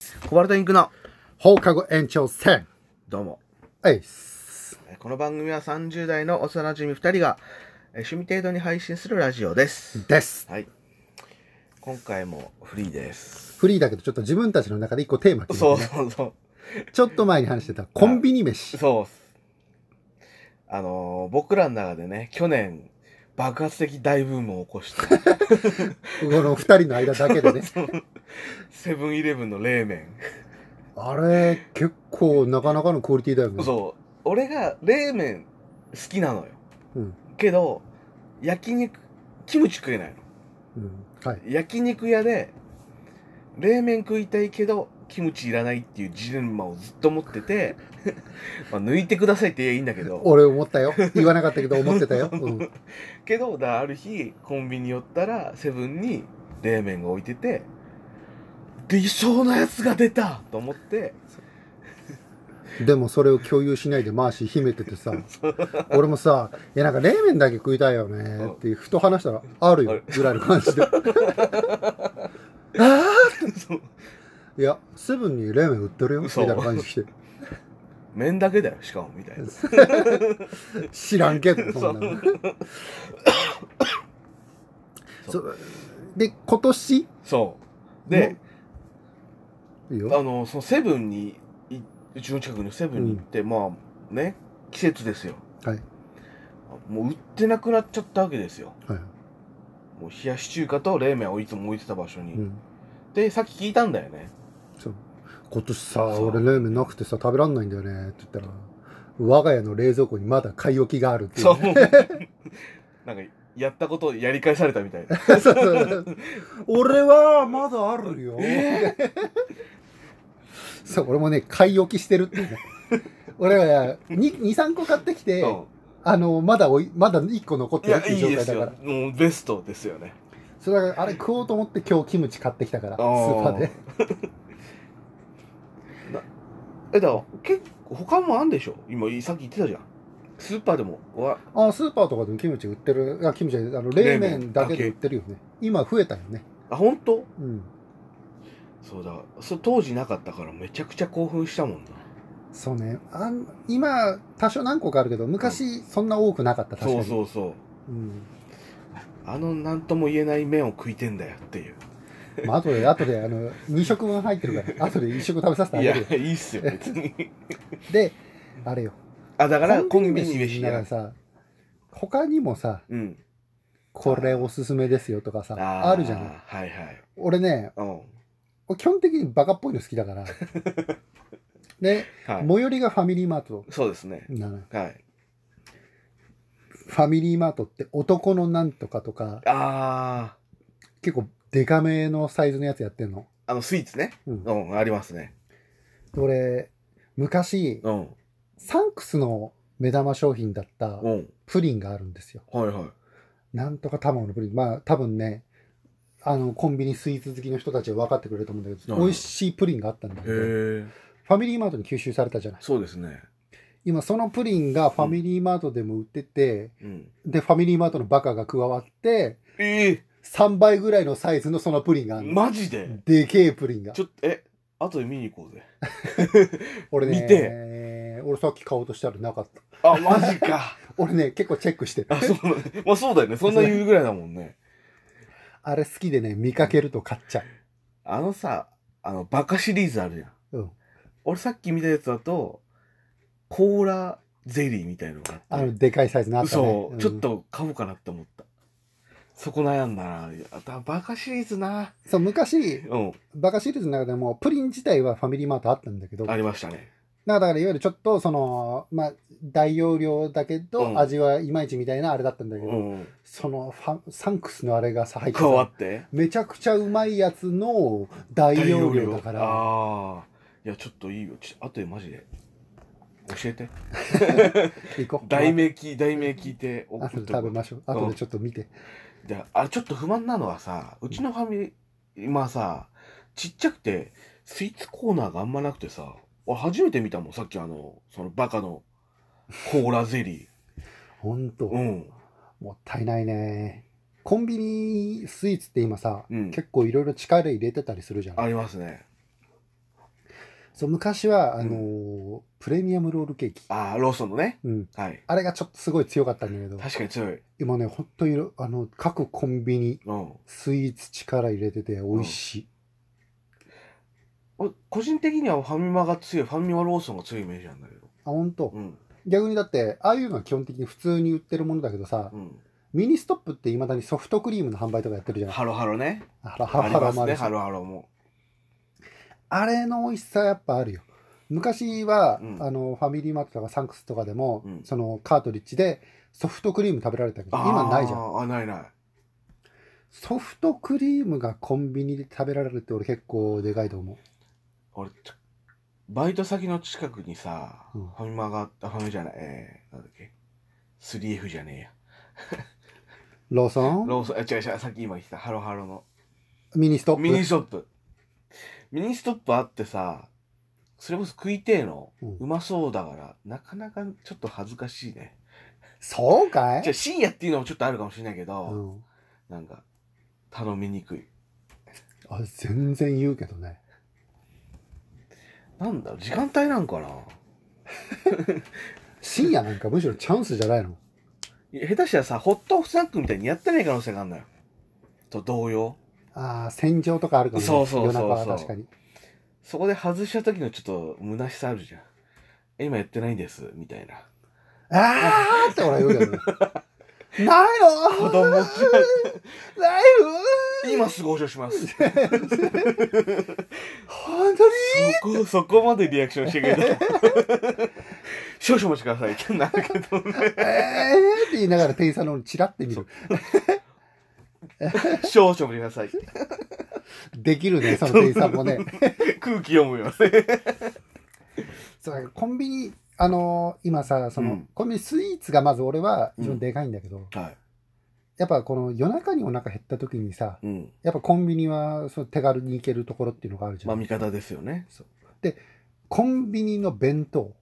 ですコバルトインクの放課後延長戦どうもえいっすえーこの番組は30代の幼馴染2人がえー趣味程度に配信するラジオですですはい今回もフリーですフリーだけどちょっと自分たちの中で一個テーマ決そめうてねそうそうちょっと前に話してたコンビニ飯そうっすあのー僕らの中でね去年爆発的大ブームを起こ したこの二人の間だけ でねセブンイレブンの冷麺あれ結構なかなかのクオリティだよねそう俺が冷麺好きなのよ、うんけど焼肉キムチ食えないのうん、はい焼肉屋で冷麺食いたいけどキムチいらないっていうジレンマをずっと持って てまあ抜いてくださいって言えばいいんだけど俺思ったよ言わなかったけど思って たよ、うん、けどだからある日コンビニ寄ったらセブンに冷麺が置いてて理想のやつが出たと思ってでもそれを共有しないでマーシー秘めててさ俺もさ「いやなんか冷麺だけ食いたいよね」ってふと話したら「あるあよる」ぐらいの感じ であそうーいやセブンに冷麺売ってるよみ嘘たいな感じして麺だけだよしかもみたいな知らんけどそんなのそそうで今年そうで、いいよあのそのセブンにいうちの近くのセブンに行って、まあね季節ですよはいもう売ってなくなっちゃったわけですよはい、もう冷やし中華と冷麺をいつも置いてた場所に、うん、でさっき聞いたんだよねそう今年さそう俺冷麺なくてさ食べらんないんだよねって言ったら我が家の冷蔵庫にまだ買い置きがあるっていうそう ね、なんかやったことをやり返されたみたいな そうそう俺はまだあるよ、そう俺もね買い置きしてるっていうね俺は23個買ってきて、うあのまだおいまだ1個残っんいてるっやていいういで状態すだからよもうベストですよねそれだからあれ食おうと思って今日キムチ買ってきたからスあーパーでなえだから結構他もあんでしょ今さっき言ってたじゃんスーパーでもわあスーパーとかでもキムチ売ってるあキムチじゃないあの冷麺だけで売ってるよね今増えたよねあ本当うんそうだそ当時なかったからめちゃくちゃ興奮したもんなそうねあん今多少何個かあるけど昔そんな多くなかった確そかにうそうそううんあの何とも言えない麺を食いてんだよっていうまあ後で後であの2食分入ってる から後で1食食べさせてあいげやるいよいっすよ別にであれよあだからココンンビビニニ飯飯なやらさ他にもさうんこれおすすめですよとかさーあるじゃないはいはい俺ねうん俺基本的にバカっぽいの好きだから ではい最寄りがファミリーマートそうですねなのよはいファミリーマートって男のなんとかとかあ結構デカめのサイズのやつやってんーの、あのスイーツねうんう、んありますね俺昔うんサンクスの目玉商品だったうんプリンがあるんですよはいはいなんとか卵のプリンまあ多分ねあのコンビニスイーツ好きの人たちは分かってくれると思うんだけど、はい美味しいプリンがあったんだけどフへえァミリーマートに吸収されたじゃないそうですね今そのプリンがファミリーマートでも売ってて、うんでファミリーマートのバカが加わってええ3倍ぐらいのサイズのそのプリンがあるのマジででけえプリンがちょっとえ後で見に行こうぜ俺見ね俺さっき買おうとしたらなかったあマジか俺ね結構チェックしてる あそうまあそうだよねそんな言うぐらいだもんねあれ好きでね見かけると買っちゃあのさ、あの、バカシリーズあるじゃん。う、うん、俺さっき見たやつだと、コーラゼリーみたいのがああって。のでかいサイズのあったね嘘、うんちょっと買おうかなって思った。そこ悩んだな。いやだバカシリーズな。そう昔うん、バカシリーズの中でもプリン自体はファミリーマートあったんだけどありましたね。だからいわゆるちょっとそのまあ大容量だけうんど味はいまいちみたいなあれだったんだけど、うん。そのファサンクスのあれがさ入って加わさって。めちゃくちゃうまいやつの大容量だからああ。いや、ちょっといいよ。ちょっと後でマジで。教えて。行こう題名聞い、題名聞いてあ送とっでと食べく。ましょうあとでちょっと見てじゃあ、あれちょっと不満なのはさ、うちのファミリー、今さ、ちっちゃくて、スイーツコーナーがあんまなくてさ、俺初めて見たもん、さっきあの、そのバカのコーラゼリほんとー。うん。もったいないね。コンビニスイーツって今さ、うん結構いろいろ力入れてたりするじゃん。ありますね。そう昔は、あのうプレミアムロールケーキ。ああ、ローソンのね。うん。はい。あれがちょっとすごい強かったんだけど、確かに強い。今ね、本当にいろ、あの、各コンビニ、うん。スイーツ力入れてて美味しい。お個人的にはファミマが強い、ファミマローソンが強いイメージなんだけど。あ、本当、うん。逆にだって、ああいうのは基本的に普通に売ってるものだけどさ、うん。ミニストップっていまだにソフトクリームの販売とかやってるじゃん。ハロハロね。ハラありまもすあね、るしハロハロも。あれの美味しさやっぱあるよ。昔は、うんあのファミリーマートとかサンクスとかでも、うんそのカートリッジでソフトクリーム食べられたけど、今ないじゃん。ん。あ、ないない。ソフトクリームがコンビニで食べられるって俺結構でかいと思う。俺、ちょバイト先の近くにさ、うんファミマがあった、ファミマじゃない、えー、なんだっけ。3F じゃねえや。ローソンローソン、あ違う違う、さっき今言ってた、ハロハロの。ミニストップミニストップ。ミニストップあってさ、それこそ食いてえの、うんうまそうだから、なかなかちょっと恥ずかしいね。そうかじゃいあ深夜っていうのもちょっとあるかもしれないけうど、ん、なんか、頼みにくい。あ全然言うけどね。なんだろう、時間帯なんかな深夜なんかむしろチャンスじゃないのいや下手したらさ、ホットスナックみたいにやってない可能性があるのよ。と同様。ああ、戦場とかあるかもね。そうそうそうそう夜中は確かに。そこで外した時のちょっと虚しさあるじゃん。え今やってないんです、みたいな。あーって俺は言うけどね。ないの子供嫌いない今すぐ保証します。その本当にこ、そこまでリアクションしてくれた。少々お待ちくださいってなるけどね。えーって言いながら店員さんの方にチラって見る。少々お待ちくださいって。でき るね、その店員さんもね。空気読むよね。そうコンビニ、あのー今さ、その、うんコンビニスイーツがまず俺はうん一番でかいんだけど、はい。やっぱこの夜中にお腹減った時にさ、うん。やっぱコンビニはそう手軽に行けるところっていうのがあるじゃん。まあ、味方ですよね。コンビニの弁当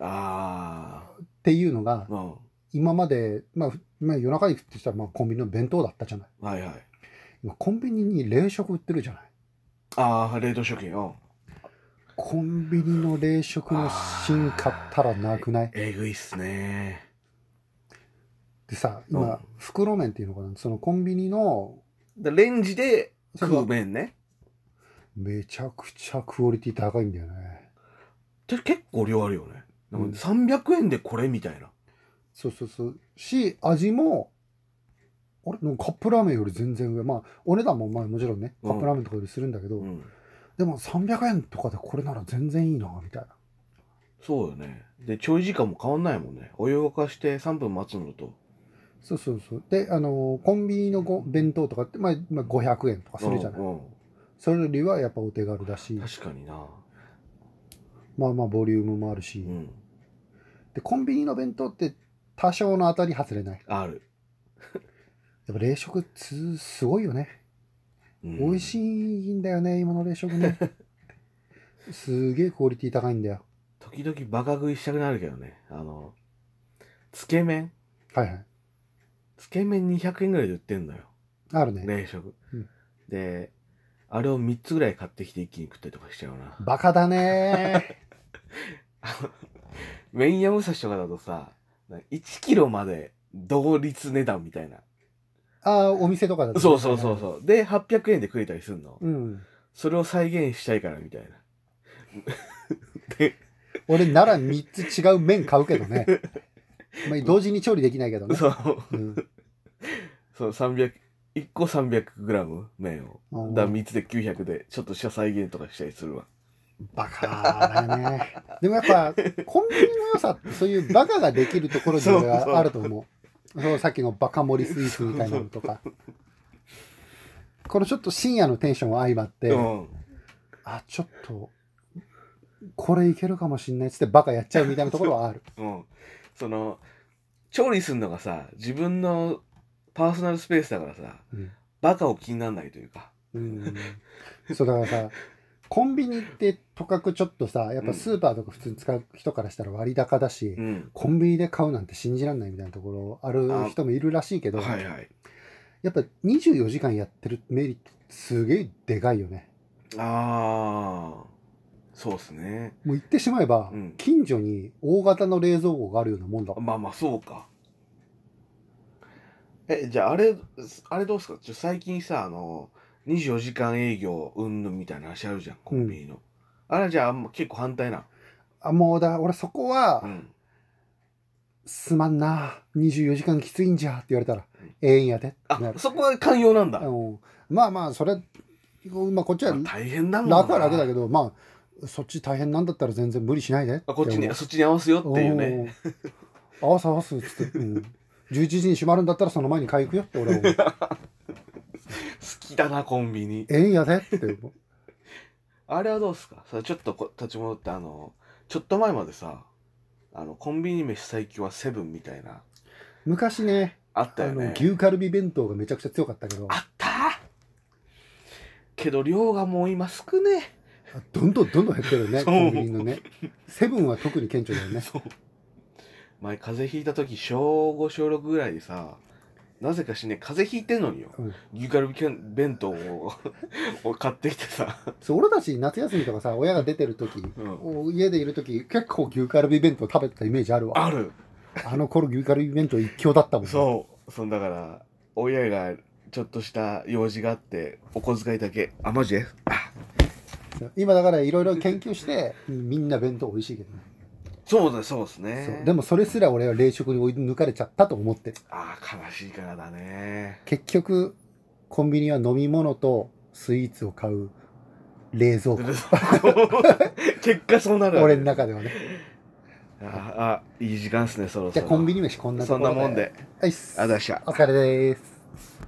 あっていうのがあ。、うん。今まで、まあ、ふまあ、夜中に食ってたらまあコンビニの弁当だったじゃない。はいはい。今コンビニに冷食売ってるじゃない。ああ、冷凍食品。うん。コンビニの冷食の進化ったらなくないえぐいっすね。でさ、う今ん、袋麺っていうのかなそのコンビニの、だレンジでそ食うの麺ね。めちゃくちゃクオリティ高いんだよね。て結構量あるよね。なうんんか300円でこれみたいな。そうそうそう。し、味も、あれカップラーメンより全然上。まあ、お値段もまあもちろんね、うカんップラーメンとかよりするんだけど、うん。でも300円とかでこれなら全然いいな、みたいな。そうよね。で、ちょい時間も変わんないもんね。お湯沸かして3分待つのと。そうそうそう。で、あのーコンビニのご弁当とかって、まあ、まあ、500円とかするじゃない。うんうんそれよりはやっぱお手軽だし、確かにな。まあまあ、ボリュームもあるし、うん。で、コンビニの弁当って多少の当たり外れない。ある。やっぱ冷食つ、すごいよね。うん美味しいんだよね、今の冷食 ね。すげえクオリティ高いんだよ。時々バカ食いしたくなるけどね。あの、つけ麺はいはい。つけ麺200円ぐらいで売ってんのよ。あるね。冷食うん。で、あれを3つぐらい買ってきて一気に食ったりとかしちゃうな。バカ だね麺屋武蔵とかだとさ、なんか1キロまで同率値段みたいな。ー。ああ、お店とかだとそうそうそうそう。で、800円で食えたりするの。うん。それを再現したいからみたいな。俺なら3つ違う麺買う けどね。まあ、同時に調理できないけどね。そう。うんそう、300、1個 300g 麺を。うんだ3つで900で、ちょっとした再現とかしたりするわ。バカだね。でもやっぱ、コンビニの良さって、そういうバカができるところに俺そうそうはあると思う。そうさっきのバカ盛りスイーツみたいなのとか。このちょっと深夜のテンション相まって、うん。あ、ちょっと、これいけるかもしんないっつってバカやっちゃうみたいなところはある。うん。その、調理するのがさ、自分のパーソナルスペースだからさ、うんバカを気にならないというか。うんそうだからさ、コンビニってとかくちょっとさ、やっぱスーパーとか普通に使う人からしたら割高だし、うん。コンビニで買うなんて信じらんないみたいなところある人もいるらしいけど、はいはい。やっぱ24時間やってるメリットすげえでかいよね。ああ。そうですね。もう言ってしまえば、うん近所に大型の冷蔵庫があるようなもんだ。まあまあ、そうか。え、じゃあ、あれ、あれどうですかちょ最近さ、あの、24時間営業、うんぬんみたいな話あるじゃん、コンビニの。あれじゃあ、あんま結構反対な。あ、もうだ、俺そこうは、ん。すまんな、24時間きついんじゃって言われたらうん、ええんやでってなあ、る。そこは寛容なんだ。うんまあまあ、それ、まあこっちはまあ大変だもんな楽は楽だけど、まあ、そっち大変なんだったら全然無理しないで。あこっちでに、もそっちに合わせよっていうね。うん。合わせ合わせっつって、うん。11時に閉まるんだったらその前に買い行くよって俺は思う。好きだな、コンビニ。ええんやでって思う。あれはどうですかさちょっとこ立ち戻って、あの、ちょっと前までさ、あの、コンビニ飯最強はセブンみたいな、昔ね、あったあよのね。牛カルビ弁当がめちゃくちゃ強かったけど、あったけど量がもう今少ねどんどんどんどん減ってるよ ね、そコうンビニのね。セブンは特に顕著だよえ。ね。そう。前風邪ひいた時、小5、小6ぐらいでさ、なぜかしね、風邪ひいてんのによ。うん牛カルビけん弁当を を買ってきてさ。そう俺たち夏休みとかさ、親が出てる時、うん。お家でいる時、結構牛カルビ弁当食べてたイメージあるわ。あるあの頃牛カルビ弁当一強だったもんね。そう。そんだから、親がちょっとした用事があって、お小遣いだけ、あ、マジであ今だからいろいろ研究して、みんな弁当美味しいけどね。そうだ、そうですそねう。でもそれすら俺は冷食に追い抜かれちゃったと思ってるああ、悲しいからだね。 結局コンビニは飲み物とスイーツを買う 冷蔵庫結果そうなるわけ俺の中ではねああ、いい時間っすね、そろそじゃろ。あコンビニ飯こんなとそこんろなでもんで。はありがいっすとうございましたお。疲れです